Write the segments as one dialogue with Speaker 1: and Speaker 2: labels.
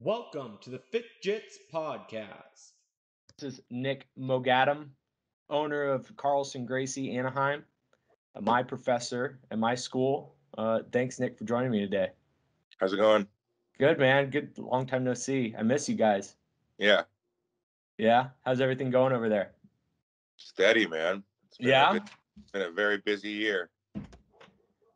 Speaker 1: Welcome to the Fit Jits podcast.
Speaker 2: This is Nick Mogadam, owner of Carlson Gracie Anaheim, uh, my professor at my school. Uh, thanks, Nick, for joining me today.
Speaker 3: How's it going?
Speaker 2: Good, man. Good. Long time no see. I miss you guys.
Speaker 3: Yeah,
Speaker 2: Yeah. How's everything going over there?
Speaker 3: steady, man. It's been a
Speaker 2: Yeah.
Speaker 3: bit- it's been a very busy year.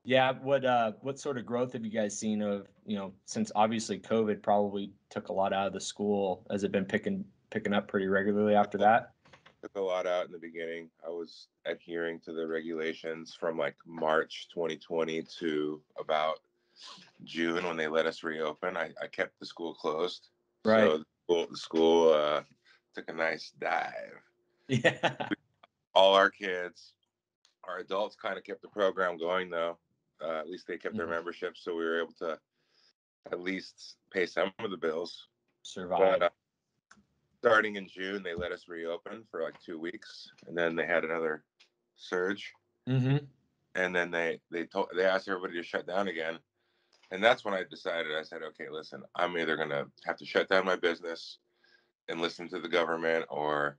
Speaker 2: Yeah. What uh, what sort of growth have you guys seen of you know since obviously COVID probably took a lot out of the school? Has it been picking picking up pretty regularly after that?
Speaker 3: Took a lot out in the beginning. I was adhering to the regulations from like March 2020 to about June when they let us reopen. I, I kept the school closed.
Speaker 2: Right.
Speaker 3: So the school, the school uh, took a nice dive.
Speaker 2: Yeah.
Speaker 3: All our kids, our adults kind of kept the program going though. Uh, at least they kept their
Speaker 2: Mhm.
Speaker 3: memberships, so we were able to at least pay some of the bills.
Speaker 2: Survive.
Speaker 3: But, uh, starting in June, they let us reopen for like two weeks, and then they had another surge,
Speaker 2: Mm-hmm.
Speaker 3: and then they they told they asked everybody to shut down again, and that's when I decided. I said, okay, listen, I'm either gonna have to shut down my business and listen to the government, or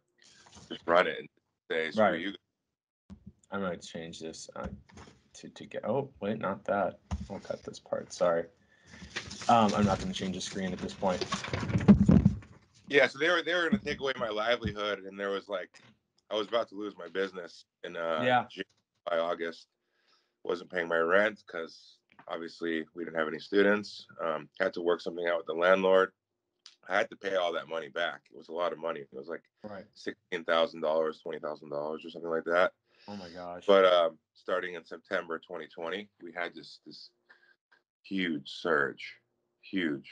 Speaker 3: just run it and say screw
Speaker 2: Right.
Speaker 3: you.
Speaker 2: I'm gonna change this uh, to to get. Oh wait, not that. I'll cut this part. Sorry. Um, I'm not gonna change the screen at this point.
Speaker 3: Yeah, so they were they were gonna take away my livelihood, and there was like, I was about to lose my business in uh,
Speaker 2: Yeah.
Speaker 3: June, by August. Wasn't paying my rent because obviously we didn't have any students. Um, had to work something out with the landlord. I had to pay all that money back. It was a lot of money. It was like
Speaker 2: Right.
Speaker 3: sixteen thousand dollars, twenty thousand dollars, or something like that.
Speaker 2: Oh my gosh.
Speaker 3: But um, starting in September 2020, we had just this huge surge, huge.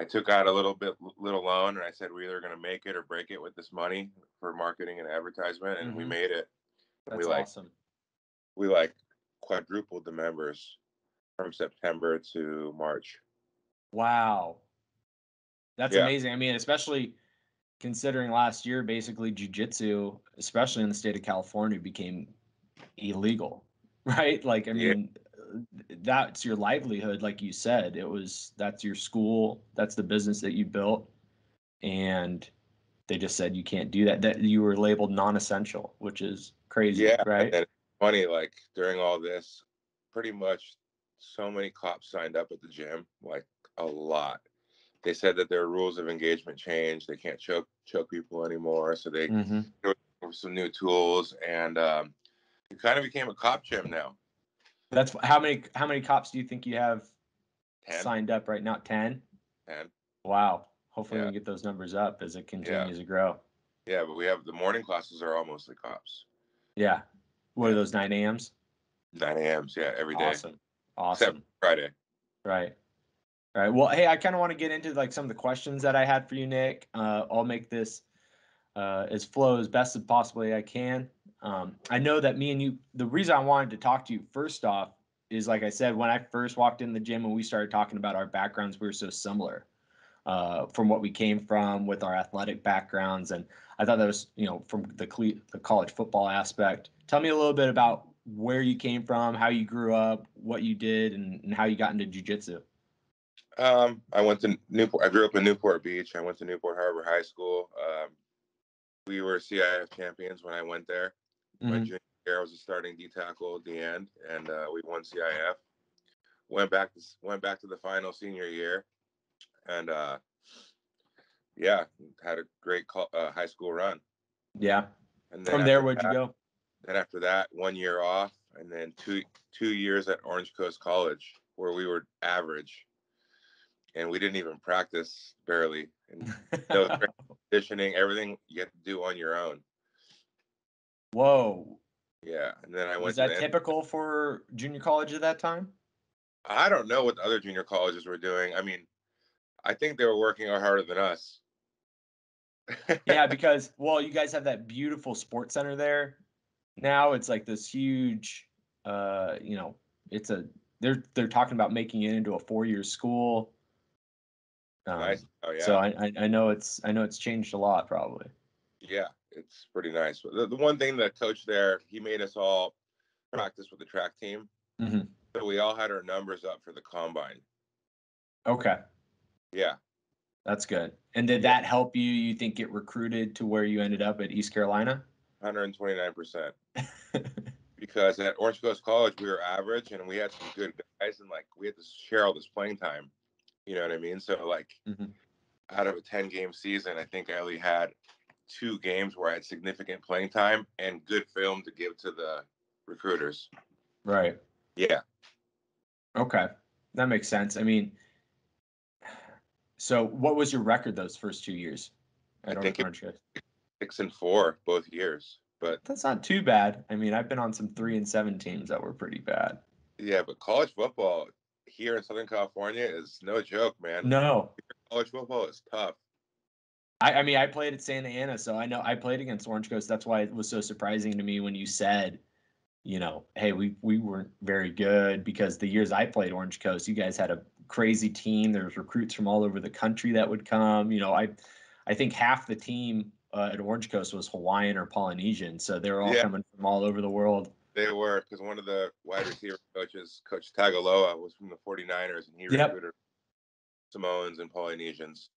Speaker 3: I took out a little bit, little loan, and I said we're either going to make it or break it with this money for marketing and advertisement, and we
Speaker 2: Mhm.
Speaker 3: made it.
Speaker 2: that's
Speaker 3: we like
Speaker 2: awesome.
Speaker 3: we like quadrupled the members from September to March.
Speaker 2: Wow. That's
Speaker 3: Yeah.
Speaker 2: amazing. I mean, especially considering last year, basically jujitsu, especially in the state of California, became illegal. Right? Like, I
Speaker 3: Yeah.
Speaker 2: mean, uh, that's your livelihood, like you said. It was that's your school, that's the business that you built, and they just said you can't do that. That you were labeled non-essential, which is crazy,
Speaker 3: Yeah,
Speaker 2: right?
Speaker 3: And then it's funny, like during all this, pretty much so many cops signed up at the gym, like a lot. They said that their rules of engagement changed. They can't choke choke people anymore. So they
Speaker 2: hmm
Speaker 3: were some new tools, and um, it kind of became a cop gym now.
Speaker 2: That's how many how many cops do you think you have
Speaker 3: 10,
Speaker 2: signed up right now? Ten.
Speaker 3: 10.
Speaker 2: Wow. Hopefully
Speaker 3: Yeah.
Speaker 2: we can get those numbers up as it continues to grow.
Speaker 3: Yeah, but we have the morning classes are all mostly cops.
Speaker 2: Yeah. What are those nine AMs?
Speaker 3: 9 a.m.s, yeah, every day.
Speaker 2: Awesome. Awesome.
Speaker 3: Friday.
Speaker 2: Right. All right. Well, hey, I kind of want to get into like some of the questions that I had for you, Nick. Uh, I'll make this uh, as flow as best as possibly I can. Um, I know that me and you, the reason I wanted to talk to you first off is like I said, when I first walked in the gym and we started talking about our backgrounds, we were so similar uh, from what we came from with our athletic backgrounds. And I thought that was, you know, from the, cle- the college football aspect. Tell me a little bit about where you came from, how you grew up, what you did, and, and how you got into jujitsu.
Speaker 3: Um, I went to Newport. I grew up in Newport Beach. I went to Newport Harbor High School. Um, we were CIF champions when I went there. My
Speaker 2: Mhm.
Speaker 3: junior year, I was a starting D tackle at the end, and uh, we won CIF. Went back to went back to the final senior year, and uh, yeah, had a great col- uh, high school run.
Speaker 2: Yeah.
Speaker 3: And
Speaker 2: From there,
Speaker 3: after
Speaker 2: where'd you
Speaker 3: that-
Speaker 2: go?
Speaker 3: Then after that, one year off, and then two two years at Orange Coast College, where we were average, and we didn't even practice barely. And No, tra- conditioning, everything you have to do on your own.
Speaker 2: Whoa.
Speaker 3: Yeah, and then I went.
Speaker 2: Was
Speaker 3: to
Speaker 2: that
Speaker 3: the-
Speaker 2: typical for junior college at that time?
Speaker 3: I don't know what the other junior colleges were doing. I mean, I think they were working harder than us.
Speaker 2: yeah, because well, you guys have that beautiful sports center there. Now it's like this huge, uh, you know, it's a they're they're talking about making it into a four year school. Um,
Speaker 3: Nice. Oh yeah.
Speaker 2: So I, I I know it's I know it's changed a lot probably.
Speaker 3: Yeah, it's pretty nice. The, the one thing the coach there, he made us all practice with the track team.
Speaker 2: Mhm.
Speaker 3: So we all had our numbers up for the combine.
Speaker 2: Okay.
Speaker 3: Yeah.
Speaker 2: That's good. And did that help you? You think get recruited to where you ended up at East Carolina?
Speaker 3: 129%. because at Orange Coast College, we were average and we had some good guys, and like we had to share all this playing time. You know what I mean? So, like,
Speaker 2: Mhm.
Speaker 3: out of a 10 game season, I think I only had two games where I had significant playing time and good film to give to the recruiters.
Speaker 2: Right.
Speaker 3: Yeah.
Speaker 2: Okay. That makes sense. I mean, so what was your record those first two years
Speaker 3: I
Speaker 2: at
Speaker 3: think
Speaker 2: Orange
Speaker 3: it-
Speaker 2: Orange Coast?
Speaker 3: Six and four both years. But
Speaker 2: That's not too bad. I mean, I've been on some three and seven teams that were pretty bad.
Speaker 3: yeah, but college football here in Southern California is no joke, man.
Speaker 2: No,
Speaker 3: College football is tough.
Speaker 2: I, I mean, I played at Santa Ana, so I know I played against Orange Coast. That's why it was so surprising to me when you said, you know, hey, we we weren't very good because the years I played Orange Coast, you guys had a crazy team. There was recruits from all over the country that would come. You know, I I think half the team uh, at Orange Coast was Hawaiian or Polynesian, so they were all
Speaker 3: Yeah.
Speaker 2: coming from all over the world.
Speaker 3: They were because one of the wide receiver coaches, Coach Tagaloa, was from the 49ers and he
Speaker 2: Yep.
Speaker 3: recruited Samoans and Polynesians.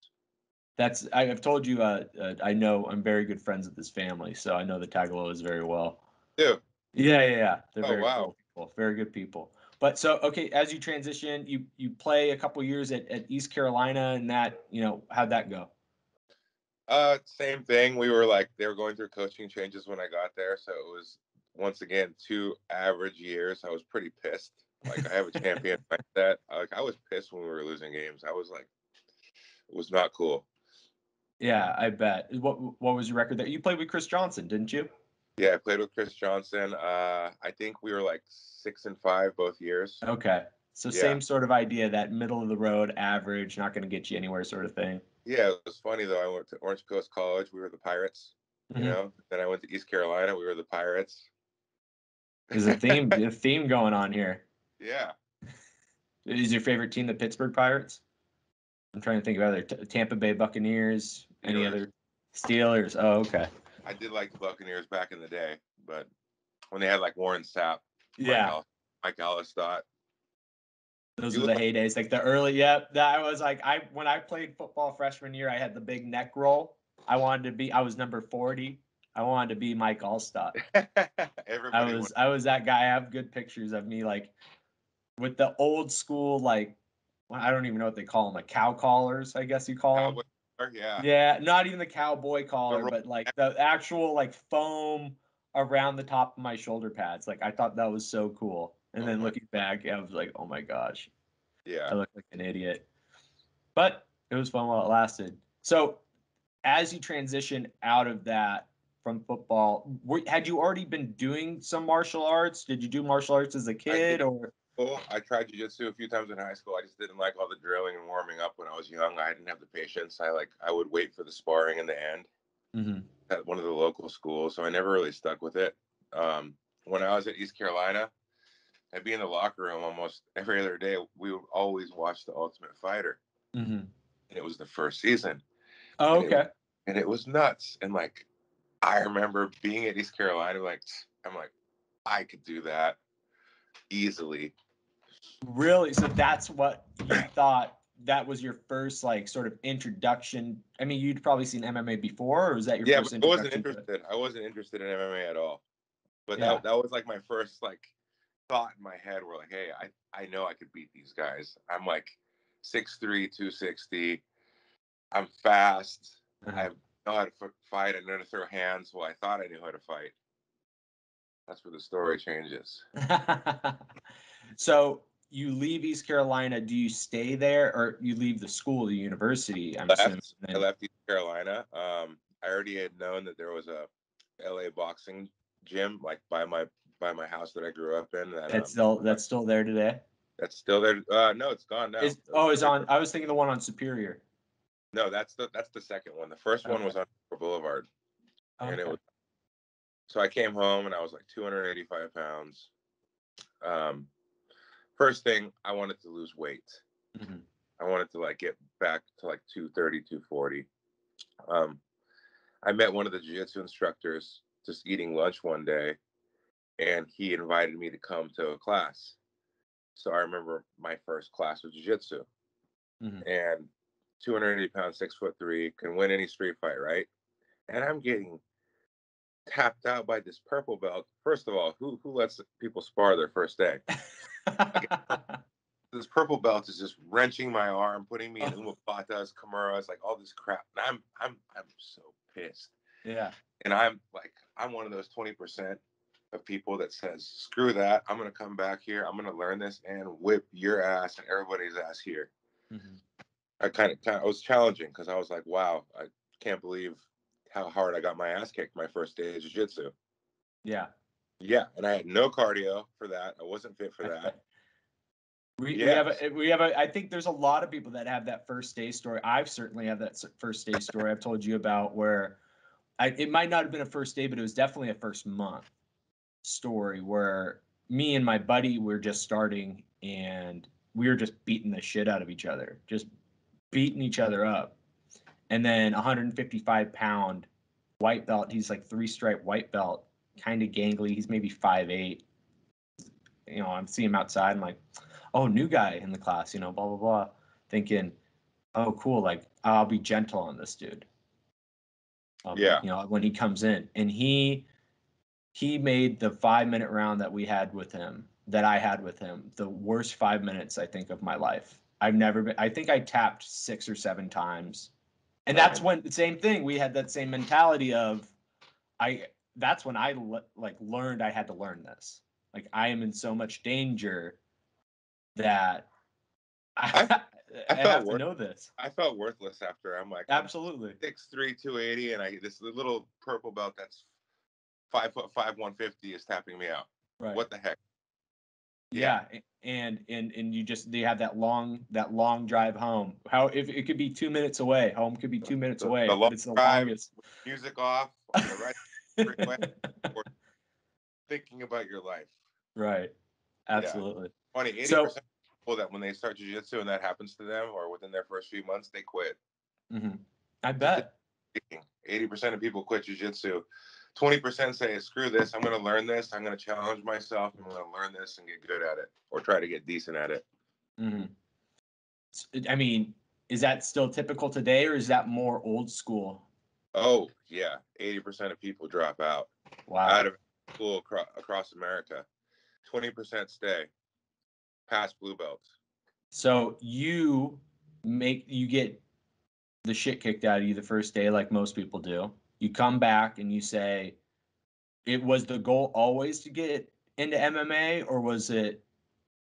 Speaker 2: That's I, I've told you. Uh, uh, I know I'm very good friends with this family, so I know the Tagaloas very well.
Speaker 3: Dude,
Speaker 2: Yeah, yeah, yeah. They're
Speaker 3: Oh,
Speaker 2: very
Speaker 3: wow.
Speaker 2: cool people, very good people. But so okay, as you transition, you you play a couple years at, at East Carolina, and that you know how'd that go?
Speaker 3: uh, same thing. We were like, they were going through coaching changes when I got there. So it was, once again, two average years. I was pretty pissed. Like, I have a champion mindset. Like, I was pissed when we were losing games. I was like, it was not cool.
Speaker 2: Yeah, I bet. What what was your record there? You played with Chris Johnson, didn't you?
Speaker 3: Yeah, I played with Chris Johnson. Uh, I think we were like six and five both years.
Speaker 2: Okay, so
Speaker 3: Yeah.
Speaker 2: same sort of idea, that middle of the road, average, not going to get you anywhere, sort of thing.
Speaker 3: Yeah, it was funny though. I went to Orange Coast College. We were the Pirates.
Speaker 2: Mhm.
Speaker 3: you know. Then I went to East Carolina. We were the Pirates.
Speaker 2: There's a theme a theme going on here.
Speaker 3: Yeah,
Speaker 2: Is your favorite team the Pittsburgh Pirates? I'm trying to think of other T- Tampa Bay Buccaneers. Any
Speaker 3: Steelers.
Speaker 2: other Steelers? Oh, okay.
Speaker 3: I did like the Buccaneers back in the day, but when they had like Warren Sapp,
Speaker 2: Yeah.
Speaker 3: Mike Allstott.
Speaker 2: Those
Speaker 3: You
Speaker 2: were the
Speaker 3: look
Speaker 2: heydays, like the early. Yep, that I was like, I when I played football freshman year, I had the big neck roll. I wanted to be. I was number forty. I wanted to be Mike Allstott. I
Speaker 3: Everybody
Speaker 2: was. I was that guy. I have good pictures of me, like with the old school, like well, I don't even know what they call them, like cow collars. I guess you call them.
Speaker 3: Cowboy went there, Oh, Yeah.
Speaker 2: Yeah, not even the cowboy collar,
Speaker 3: roll-
Speaker 2: but like the actual like foam around the top of my shoulder pads. Like I thought that was so cool. And
Speaker 3: Oh
Speaker 2: then
Speaker 3: my-
Speaker 2: looking back, I was like, oh my gosh. I
Speaker 3: yeah,
Speaker 2: look like an idiot. But it was fun while it lasted. So, as you transition out of that from football, were, had you already been doing some martial arts? Did you do martial arts as a kid, or
Speaker 3: Well, I tried jujitsu a few times in high school. I just didn't like all the drilling and warming up when I was young. I didn't have the patience. I like I would wait for the sparring in the end. at one of the local schools, so I never really stuck with it. Um, when I was at East Carolina, I'd be in the locker room almost every other day. We would always watch The Ultimate Fighter, mm-hmm. and it was the first season,
Speaker 2: Oh,
Speaker 3: And it
Speaker 2: okay,
Speaker 3: and it was nuts. And like, I remember being at East Carolina, like, I'm like, I could do that easily.
Speaker 2: really? So that's what you thought that was your first like sort of introduction. I mean, you'd probably seen MMA before, or was that your
Speaker 3: yeah,
Speaker 2: first
Speaker 3: but I wasn't
Speaker 2: introduction? to it?
Speaker 3: interested. I wasn't interested in MMA at all. But
Speaker 2: Yeah.
Speaker 3: that, that was like my first like thought in my head. Where like, hey, I I know I could beat these guys. I'm like 6'3", 260. I'm fast.
Speaker 2: Uh-huh.
Speaker 3: I know how to f- fight. I know how to throw hands. Well, I thought I knew how to fight. That's where the story changes.
Speaker 2: so you leave East Carolina. Do you stay there, or you leave the school, the university? I'm assuming.
Speaker 3: left, I left East Carolina. Um, I already had known that there was a LA boxing gym like by my by my house that I grew up in. That,
Speaker 2: That's
Speaker 3: um,
Speaker 2: still that's still there today.
Speaker 3: that's still there. Uh, no, it's gone now.
Speaker 2: Is, oh, it's on. I was thinking the one on Superior.
Speaker 3: No, that's the that's the second one. The first one was on Boulevard, and it
Speaker 2: Okay.
Speaker 3: was. So I came home and I was like 285 pounds. Um, first thing I wanted to lose weight.
Speaker 2: Mhm.
Speaker 3: I wanted to like get back to like 230, 240. Um, I met one of the jiu-jitsu instructors just eating lunch one day, and he invited me to come to a class. So I remember my first class was jiu-jitsu,
Speaker 2: Mhm.
Speaker 3: and 280 pounds, six foot three, can win any street fight, right? And I'm getting tapped out by this purple belt. First of all, who who lets people spar their first day? This purple belt is just wrenching my arm, putting me in umapatas, kimuras, like all this crap. And I'm I'm I'm so pissed.
Speaker 2: yeah.
Speaker 3: And I'm like I'm one of those 20% of people that says, screw that. I'm gonna come back here. I'm gonna learn this and whip your ass and everybody's ass here.
Speaker 2: Mhm.
Speaker 3: I kind of I was challenging because I was like, wow, I can't believe how hard I got my ass kicked my first day of jiu-jitsu.
Speaker 2: Yeah.
Speaker 3: Yeah, and I had no cardio for that. I wasn't fit for that.
Speaker 2: We, we
Speaker 3: Yeah.
Speaker 2: have a, we have a, I think there's a lot of people that have that first day story. I've certainly had that s- first day story I've told you about where I, it might not have been a first day, but it was definitely a first month story where me and my buddy were just starting and we were just beating the shit out of each other, just beating each other up. And then 155 pound white belt, he's like three stripe white belt, kind of gangly. He's maybe five eight. You know, I'm seeing him outside. I'm like, oh, new guy in the class, you know, blah, blah, blah. Thinking, oh, cool. Like, I'll be gentle on this dude. Um,
Speaker 3: Yeah.
Speaker 2: You know, when he comes in and he, he made the five minute round that we had with him, that I had with him, the worst five minutes, I think, of my life. I've never been, I think I tapped six or seven times. And that's when, same thing, we had that same mentality of, I, that's when I le- like learned I had to learn this. Like I am in so much danger that I, I,
Speaker 3: I felt
Speaker 2: have to
Speaker 3: wor-
Speaker 2: know this.
Speaker 3: I felt worthless after. I'm like I'm
Speaker 2: Absolutely.
Speaker 3: six three, two eighty, and I this little purple belt that's five foot five, one fifty is tapping me out.
Speaker 2: Right.
Speaker 3: What the heck?
Speaker 2: yeah. a- And and and you just they have that long that long drive home. How if it could be two minutes away, home could be two minutes
Speaker 3: the-
Speaker 2: away.
Speaker 3: the
Speaker 2: but
Speaker 3: long
Speaker 2: it's the
Speaker 3: drive.
Speaker 2: longest.
Speaker 3: Music off, on the right freeway, thinking about your life.
Speaker 2: right. Absolutely.
Speaker 3: Funny, eighty
Speaker 2: So-
Speaker 3: percent of people that when they start jujitsu and that happens to them, or within their first few months, they quit.
Speaker 2: hmm I bet.
Speaker 3: Eighty percent of people quit jujitsu. Twenty percent say, "Screw this! I'm going to learn this. I'm going to challenge myself. I'm going to learn this and get good at it, or try to get decent at it."
Speaker 2: hmm I mean, is that still typical today, or is that more old school?
Speaker 3: Oh yeah, eighty percent of people drop out
Speaker 2: Wow.
Speaker 3: out of school across, across America. Twenty percent stay past blue belts.
Speaker 2: So you make you get the shit kicked out of you the first day, like most people do. You come back and you say, "It was the goal always to get into MMA, or was it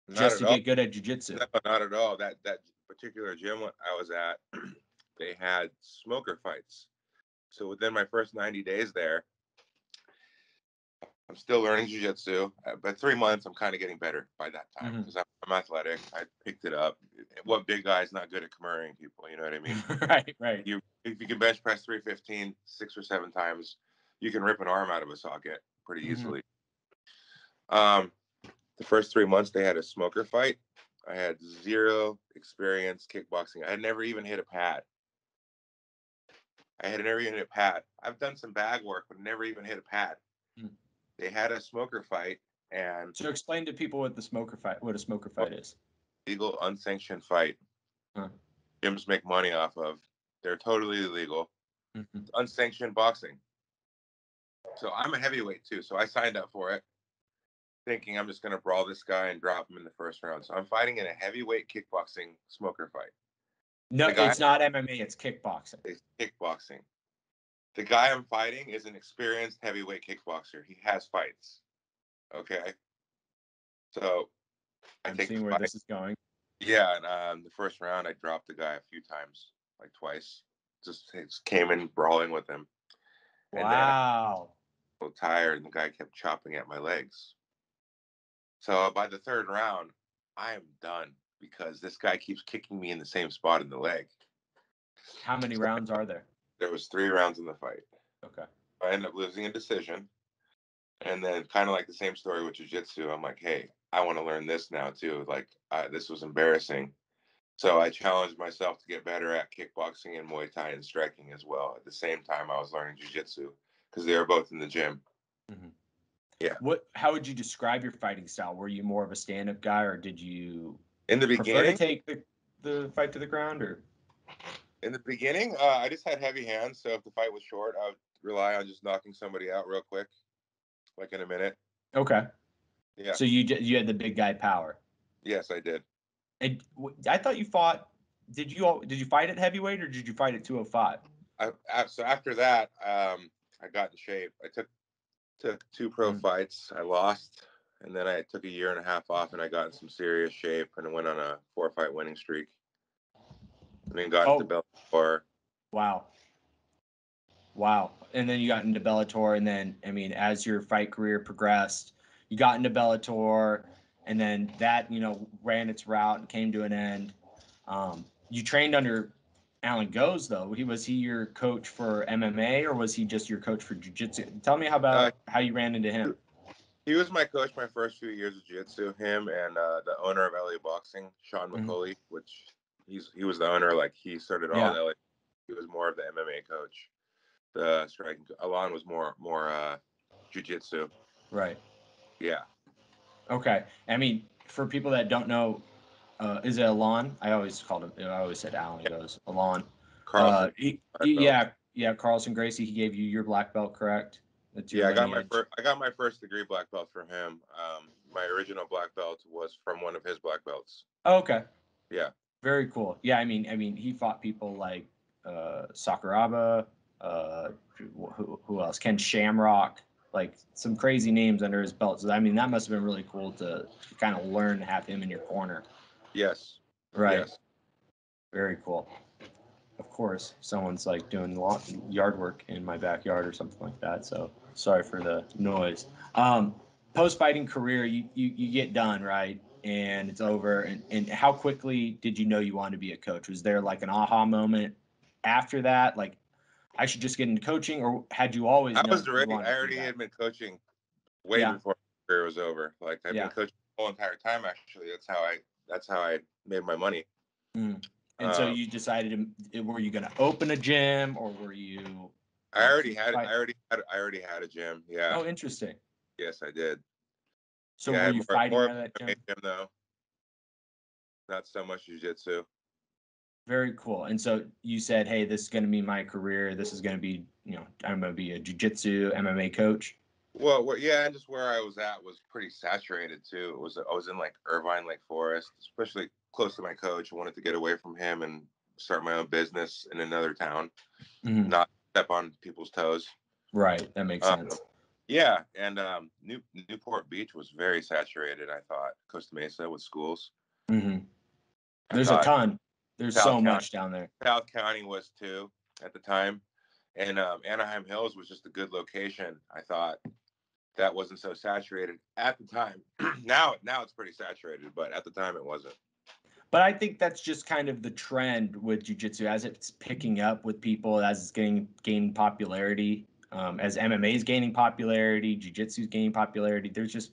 Speaker 3: Not
Speaker 2: just to
Speaker 3: at all.
Speaker 2: get good at jujitsu?"
Speaker 3: No, not at all. That that particular gym I was at, they had smoker fights. So within my first 90 days there, I'm still learning jujitsu. Uh, But three months, I'm kind of getting better by that time
Speaker 2: Mhm.
Speaker 3: because I'm, I'm athletic. I picked it up. What big guy's not good at commuring people? You know what I mean?
Speaker 2: right, right.
Speaker 3: you if you can bench press 315 six or seven times, you can rip an arm out of a socket pretty
Speaker 2: Mhm.
Speaker 3: easily. Um, the first three months they had a smoker fight. I had zero experience kickboxing. I had never even hit a pad. I had never even hit a pad. I've done some bag work, but never even hit a pad.
Speaker 2: Mm.
Speaker 3: They had a smoker fight and
Speaker 2: So explain to people what the smoker fight, what a smoker fight is.
Speaker 3: legal unsanctioned fight.
Speaker 2: Huh.
Speaker 3: Gyms make money off of. They're totally illegal.
Speaker 2: Mhm.
Speaker 3: unsanctioned boxing. So I'm a heavyweight too. So I signed up for it thinking I'm just going to brawl this guy and drop him in the first round. So I'm fighting in a heavyweight kickboxing smoker fight.
Speaker 2: No,
Speaker 3: The guy-
Speaker 2: it's not MMA. It's kickboxing.
Speaker 3: It's kickboxing. The guy I'm fighting is an experienced heavyweight kickboxer. He has fights. Okay. So I
Speaker 2: I'm
Speaker 3: take the
Speaker 2: seeing where
Speaker 3: fight.
Speaker 2: this is going.
Speaker 3: Yeah, and um, the first round I dropped the guy a few times, like twice. Just, just came in brawling with him. And then-
Speaker 2: Wow.
Speaker 3: little tired and the guy kept chopping at my legs. So by the third round, I am done because this guy keeps kicking me in the same spot in the leg.
Speaker 2: How many rounds are there?
Speaker 3: There was three rounds in the fight.
Speaker 2: Okay.
Speaker 3: I end up losing a decision. And then kind of like the same story with jiu-jitsu, I'm like, "Hey, I want to learn this now too. Like I, this was embarrassing." So I challenged myself to get better at kickboxing and Muay Thai and striking as well. At the same time, I was learning jiu-jitsu because they were both in the gym.
Speaker 2: What? How would you describe your fighting style? Were you more of a stand-up guy, or did you
Speaker 3: In the
Speaker 2: prefer to
Speaker 3: beginning,
Speaker 2: take the, the fight to the ground or
Speaker 3: In the beginning, uh, I just had heavy hands, so if the fight was short, I would rely on just knocking somebody out real quick, like in a minute.
Speaker 2: Okay.
Speaker 3: Yeah.
Speaker 2: So you ju- you had the big guy power.
Speaker 3: Yes, I did.
Speaker 2: And w- I thought you fought. Did you all? Did you fight at heavyweight or did you fight at 205?
Speaker 3: I, I, so after that, um, I got in shape. I took took two pro
Speaker 2: Mm.
Speaker 3: fights. I lost, and then I took a year and a half off, and I got in some serious shape, and went on a four fight winning streak. And then got
Speaker 2: Oh.
Speaker 3: into Bellator.
Speaker 2: Wow. Wow. And then you got into Bellator. And then, I mean, as your fight career progressed, you got into Bellator. And then that, you know, ran its route and came to an end. Um, you trained under Alan Goes, though. He was he your coach for MMA or was he just your coach for Jiu Jitsu? Tell me how about how you ran into him.
Speaker 3: He was my coach my first few years of jiu-jitsu. Him and uh, the owner of LA Boxing, Sean
Speaker 2: Mhm.
Speaker 3: McCauley, which he's he was the owner. Like he started all
Speaker 2: Yeah.
Speaker 3: the LA. He was more of the MMA coach. The striking. Alon was more more uh, jiu-jitsu.
Speaker 2: Right.
Speaker 3: Yeah.
Speaker 2: Okay. I mean, for people that don't know, uh, is it Alon? I always called him, I always said Alan Goes, Alon.
Speaker 3: Carlson.
Speaker 2: Uh, he-
Speaker 3: black
Speaker 2: he-
Speaker 3: belt.
Speaker 2: yeah, yeah. Carlson Gracie, he gave you your black belt, correct? That's your
Speaker 3: yeah, I got my
Speaker 2: lineage.
Speaker 3: first. I got my first degree black belt from him. Um, my original black belt was from one of his black belts.
Speaker 2: Oh, okay.
Speaker 3: Yeah.
Speaker 2: Very cool. Yeah, I mean, I mean, he fought people like uh, Sakuraba. Uh, who, who else? Ken Shamrock. Like some crazy names under his belt. So I mean, that must have been really cool to kind of learn to have him in your corner.
Speaker 3: Yes.
Speaker 2: Right.
Speaker 3: Yes.
Speaker 2: Very cool. Of course, someone's like doing lawn, yard work in my backyard or something like that. So sorry for the noise. Um, Post fighting career, you, you you get done right, and it's over. And, and how quickly did you know you wanted to be a coach? Was there like an aha moment after that? Like, I should just get into coaching, or had you always?
Speaker 3: I
Speaker 2: known
Speaker 3: was
Speaker 2: you
Speaker 3: already.
Speaker 2: wanted to
Speaker 3: I
Speaker 2: do
Speaker 3: already
Speaker 2: that?
Speaker 3: had been coaching way
Speaker 2: Yeah.
Speaker 3: before my career was over. Like I've
Speaker 2: Yeah.
Speaker 3: been coaching the whole entire time. Actually, that's how I. That's how I made my money.
Speaker 2: Mm. And so
Speaker 3: Um,
Speaker 2: you decided, to, were you going to open a gym, or were you?
Speaker 3: I already had.
Speaker 2: Right.
Speaker 3: I already had. I already had a gym. Yeah.
Speaker 2: Oh, interesting.
Speaker 3: Yes, I did.
Speaker 2: So
Speaker 3: Yeah, I
Speaker 2: were
Speaker 3: had
Speaker 2: you
Speaker 3: more-
Speaker 2: fighting
Speaker 3: more
Speaker 2: out of that
Speaker 3: MMA
Speaker 2: gym?
Speaker 3: gym though. Not so much jujitsu.
Speaker 2: Very cool. And so you said, "Hey, this is going to be my career. This is going to be, you know, I'm going to be a jujitsu MMA coach."
Speaker 3: Well, where, yeah, and just where I was at was pretty saturated too. It was I was in like Irvine, Lake Forest, especially close to my coach. I wanted to get away from him and start my own business in another town,
Speaker 2: Mhm.
Speaker 3: not step on people's toes.
Speaker 2: Right. That makes
Speaker 3: Mm-hmm. Uh,
Speaker 2: sense.
Speaker 3: Yeah, and um, New, Newport Beach was very saturated. I thought Costa Mesa with schools.
Speaker 2: hmm
Speaker 3: I
Speaker 2: There's a
Speaker 3: thought
Speaker 2: ton. There's
Speaker 3: South
Speaker 2: so
Speaker 3: County.
Speaker 2: much down there.
Speaker 3: South County was too at the time, and um, Anaheim Hills was just a good location. I thought that wasn't so saturated at the time. now, now it's pretty saturated, but at the time it wasn't.
Speaker 2: But I think that's just kind of the trend with jujitsu as it's picking up with people as it's getting gaining popularity. Um, as MMA is gaining popularity, jujitsu is gaining popularity. There's just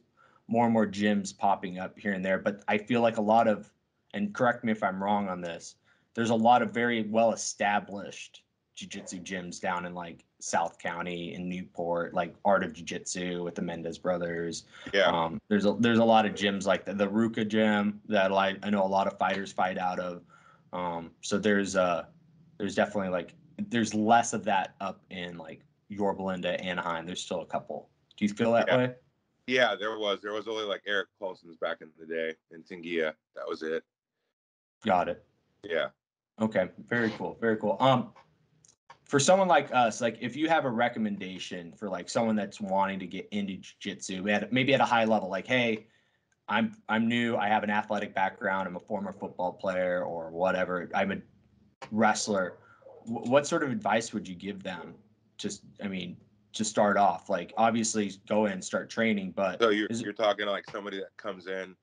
Speaker 2: more and more gyms popping up here and there. But I feel like a lot of, and correct me if I'm wrong on this, there's a lot of very well established jujitsu gyms down in like South County in Newport, like Art of Jiu-Jitsu with the Mendez brothers.
Speaker 3: Yeah.
Speaker 2: Um, there's a there's a lot of gyms like the, the Ruka gym that I, I know a lot of fighters fight out of. Um, so there's uh there's definitely like there's less of that up in like your Belinda, Anaheim. There's still a couple. Do you feel that
Speaker 3: Yeah.
Speaker 2: way?
Speaker 3: Yeah, there was. There was only like Eric Paulson's back in the day in Tingia. That was it.
Speaker 2: Got it.
Speaker 3: Yeah.
Speaker 2: Okay. Very cool. Very cool. Um for someone like us, like if you have a recommendation for like someone that's wanting to get into jiu-jitsu, at, maybe at a high level, like, hey, I'm I'm new. I have an athletic background. I'm a former football player or whatever. I'm a wrestler. Wh- what sort of advice would you give them? Just I mean, to start off, like obviously go in, start training, but
Speaker 3: So you're
Speaker 2: Is it-
Speaker 3: you're talking like somebody that comes in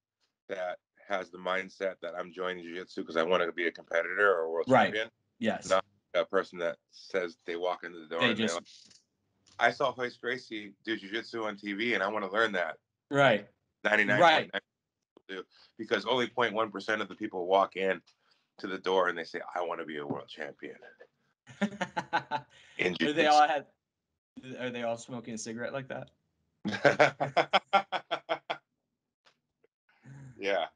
Speaker 3: that has the mindset that I'm joining jiu-jitsu because I want to be a competitor or a world
Speaker 2: Right.
Speaker 3: champion.
Speaker 2: yes,
Speaker 3: No, A person that says they walk into the door
Speaker 2: they
Speaker 3: and they're
Speaker 2: just
Speaker 3: like, I saw Hoist Gracie do jiu-jitsu on TV and I want to learn that.
Speaker 2: right,
Speaker 3: 99.9
Speaker 2: Right.
Speaker 3: do because only 0.1% of the people walk in to the door and they say, I want to be a world champion. In
Speaker 2: Or they
Speaker 3: jiu-jitsu.
Speaker 2: all had. Are they all smoking a cigarette like that?
Speaker 3: yeah.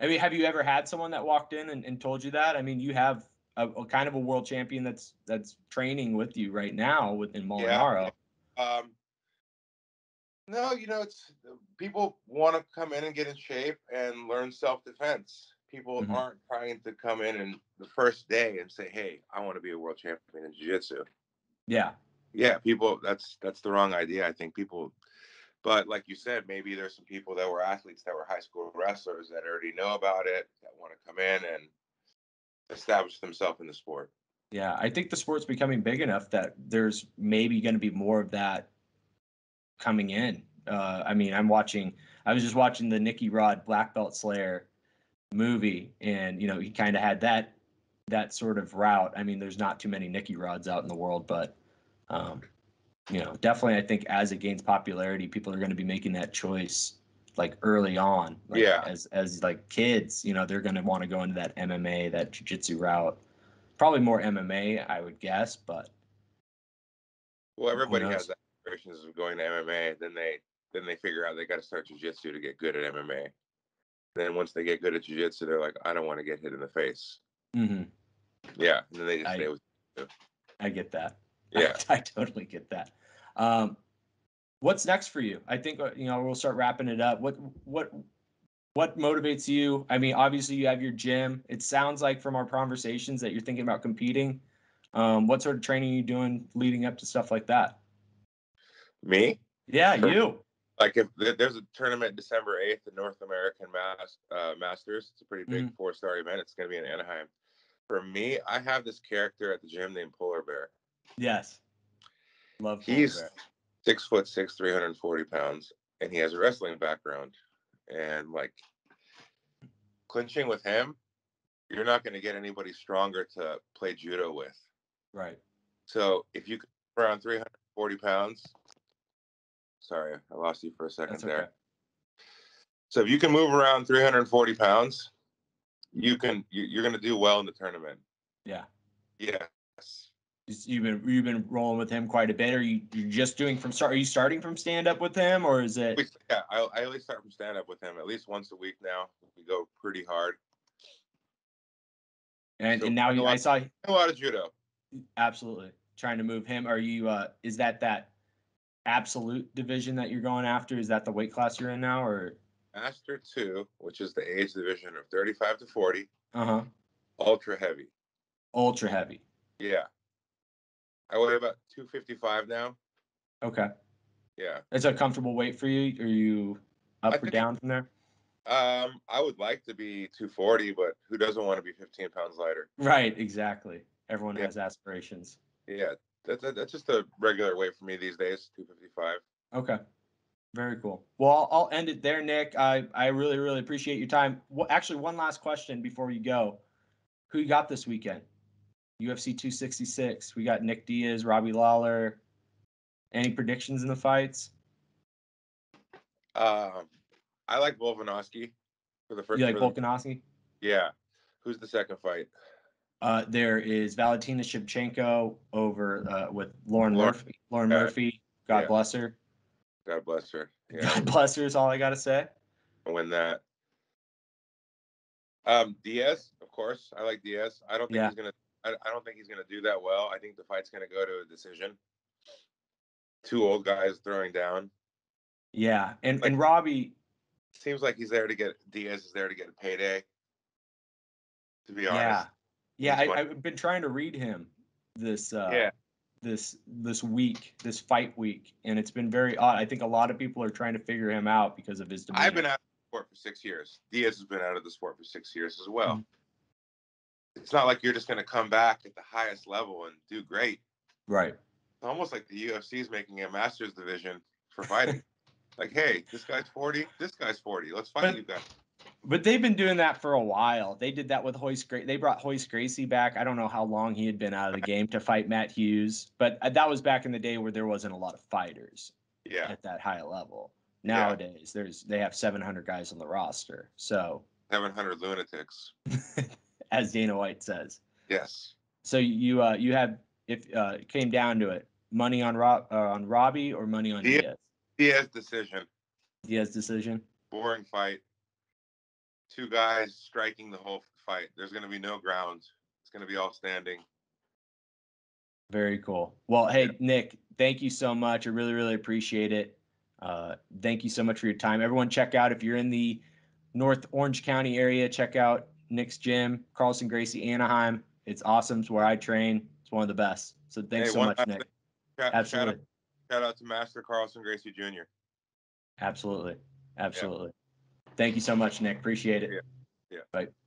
Speaker 2: I mean, have you ever had someone that walked in and, and told you that? I mean, you have a, a kind of a world champion that's that's training with you right now within Molinaro.
Speaker 3: Um, no, you know, it's uh, people want to come in and get in shape and learn self defense. People
Speaker 2: Mhm.
Speaker 3: aren't trying to come in and the first day and say, "Hey, I want to be a world champion in jiu-jitsu."
Speaker 2: Yeah.
Speaker 3: Yeah, people, that's that's the wrong idea. I think people, but like you said, maybe there's some people that were athletes that were high school wrestlers that already know about it that want to come in and establish themselves in the sport.
Speaker 2: Yeah, I think the sport's becoming big enough that there's maybe going to be more of that coming in. Uh, I mean, I'm watching. I was just watching the Nicky Rod Black Belt Slayer movie, and you know, he kind of had that that sort of route. I mean, there's not too many Nicky Rods out in the world, but um, you know, definitely, I think as it gains popularity, people are going to be making that choice like early on. Like,
Speaker 3: Yeah.
Speaker 2: As as like kids, you know, they're going to want to go into that MMA, that jiu-jitsu route probably more MMA, I would guess, but
Speaker 3: Well, everybody
Speaker 2: knows?
Speaker 3: has aspirations of going to MMA. Then they then they figure out they got to start jujitsu to get good at MMA. Then once they get good at jujitsu, they're like, I don't want to get hit in the face.
Speaker 2: hmm
Speaker 3: Yeah, and then they just
Speaker 2: I-
Speaker 3: stay with
Speaker 2: I get that.
Speaker 3: yeah.
Speaker 2: I, totally get that. Um, what's next for you? I think uh, you know we'll start wrapping it up. What what what motivates you? I mean, obviously you have your gym. It sounds like from our conversations that you're thinking about competing. Um, what sort of training are you doing leading up to stuff like that?
Speaker 3: Me
Speaker 2: Yeah,
Speaker 3: Sure.
Speaker 2: you.
Speaker 3: like if there- there's a tournament December eighth, the North American Mas- uh, Masters. It's a pretty big
Speaker 2: Mm-hmm.
Speaker 3: four star event. It's going to be in Anaheim. For me, I have this character at the gym named Polar Bear.
Speaker 2: Yes. Love. Polar
Speaker 3: He's-
Speaker 2: Bear.
Speaker 3: six foot six, 340 pounds, and he has a wrestling background. And like clinching with him, you're not going to get anybody stronger to play judo with.
Speaker 2: right.
Speaker 3: So if you could around 340 pounds, sorry, I lost you for a second
Speaker 2: That's
Speaker 3: there.
Speaker 2: okay.
Speaker 3: So if you can move around 340 pounds, you can you- you're going to do well in the tournament.
Speaker 2: Yeah.
Speaker 3: Yes.
Speaker 2: Just- You've been you've been rolling with him quite a bit. Are you you're just doing from start? Are you starting from stand up with him, or is it?
Speaker 3: We- Yeah, I, I always start from stand up with him at least once a week now. We go pretty hard.
Speaker 2: And,
Speaker 3: So
Speaker 2: and now
Speaker 3: a
Speaker 2: you,
Speaker 3: lot-
Speaker 2: I saw
Speaker 3: A lot of judo.
Speaker 2: absolutely trying to move him. Are you? Uh, is that that absolute division that you're going after? Is that the weight class you're in now, or?
Speaker 3: Master two, which is the age division of 35 to 40,
Speaker 2: Uh huh.
Speaker 3: ultra heavy.
Speaker 2: Ultra heavy.
Speaker 3: Yeah. I weigh about 255 now.
Speaker 2: Okay,
Speaker 3: Yeah.
Speaker 2: that's a comfortable weight for you. Are you
Speaker 3: I
Speaker 2: up or
Speaker 3: think-
Speaker 2: down from there?
Speaker 3: Um, I would like to be 240, but who doesn't want to be 15 pounds lighter?
Speaker 2: Right. Exactly. Everyone
Speaker 3: Yeah.
Speaker 2: has aspirations.
Speaker 3: Yeah. That, that, that's just a regular weight for me these days, 255.
Speaker 2: Okay. Very cool. Well, I'll I'll end it there, Nick. I, I really, really appreciate your time. Well, actually, one last question before you go. Who you got this weekend? UFC 266. We got Nick Diaz, Robbie Lawler. Any predictions in the fights?
Speaker 3: Um, I like Volkanovski for the first.
Speaker 2: You like
Speaker 3: for the-
Speaker 2: Volkanovski?
Speaker 3: yeah. Who's the second fight?
Speaker 2: Uh, there is Valentina Shevchenko over uh, with Lauren
Speaker 3: Lauren-
Speaker 2: Murphy. Lauren
Speaker 3: yeah.
Speaker 2: Murphy. God
Speaker 3: Yeah.
Speaker 2: bless her.
Speaker 3: God bless her. Yeah.
Speaker 2: God bless her is all I gotta say.
Speaker 3: and win that. Um, Diaz, of course, I like Diaz. I don't think
Speaker 2: Yeah.
Speaker 3: he's gonna. I, I don't think he's gonna do that well. I think the fight's gonna go to a decision. Two old guys throwing down.
Speaker 2: Yeah, and
Speaker 3: Like-
Speaker 2: and Robbie.
Speaker 3: Seems like he's there to get Diaz is there to get a payday. To be
Speaker 2: Yeah,
Speaker 3: honest,
Speaker 2: yeah.
Speaker 3: He's
Speaker 2: I,
Speaker 3: one-
Speaker 2: I've been trying to read him this. Uh,
Speaker 3: yeah,
Speaker 2: this this week, this fight week, and it's been very odd. I think a lot of people are trying to figure him out because of his demeanor.
Speaker 3: I've been out of the sport for six years. Diaz has been out of the sport for six years as well.
Speaker 2: Mm-hmm.
Speaker 3: It's not like you're just gonna come back at the highest level and do great.
Speaker 2: right.
Speaker 3: It's almost like the UFC is making a masters division for fighting. like, hey, this guy's 40, this guy's 40. Let's fight
Speaker 2: But-
Speaker 3: you guys.
Speaker 2: But they've been doing that for a while. They did that with Hoist Gracie. They brought Hoist Gracie back. I don't know how long he had been out of the game to fight Matt Hughes, but uh, that was back in the day where there wasn't a lot of fighters
Speaker 3: Yeah,
Speaker 2: at that high level.
Speaker 3: Yeah.
Speaker 2: Nowadays, there's they have 700 guys on the roster. So,
Speaker 3: 700 lunatics.
Speaker 2: as Dana White says,
Speaker 3: Yes.
Speaker 2: So you uh you have if uh it came down to it, money on Rob uh, on Robbie or money on
Speaker 3: Diaz.
Speaker 2: Diaz.
Speaker 3: Diaz decision.
Speaker 2: Diaz decision.
Speaker 3: Boring fight. Two guys striking the whole fight. There's going to be no ground. It's going to be all standing.
Speaker 2: Very cool. Well, hey, Nick, thank you so much. I really, really appreciate it. Uh, thank you so much for your time. Everyone, check out if you're in the North Orange County area, check out Nick's gym, Carlson Gracie Anaheim. It's awesome. It's where I train. It's one of the best. So thanks
Speaker 3: Hey,
Speaker 2: so
Speaker 3: one
Speaker 2: much,
Speaker 3: last
Speaker 2: Nick.
Speaker 3: thing. Shout,
Speaker 2: Absolutely.
Speaker 3: Shout out, shout out to Master Carlson Gracie Jr.
Speaker 2: Absolutely. Absolutely. Thank you so much, Nick. Appreciate it.
Speaker 3: Yeah. Yeah.
Speaker 2: Bye.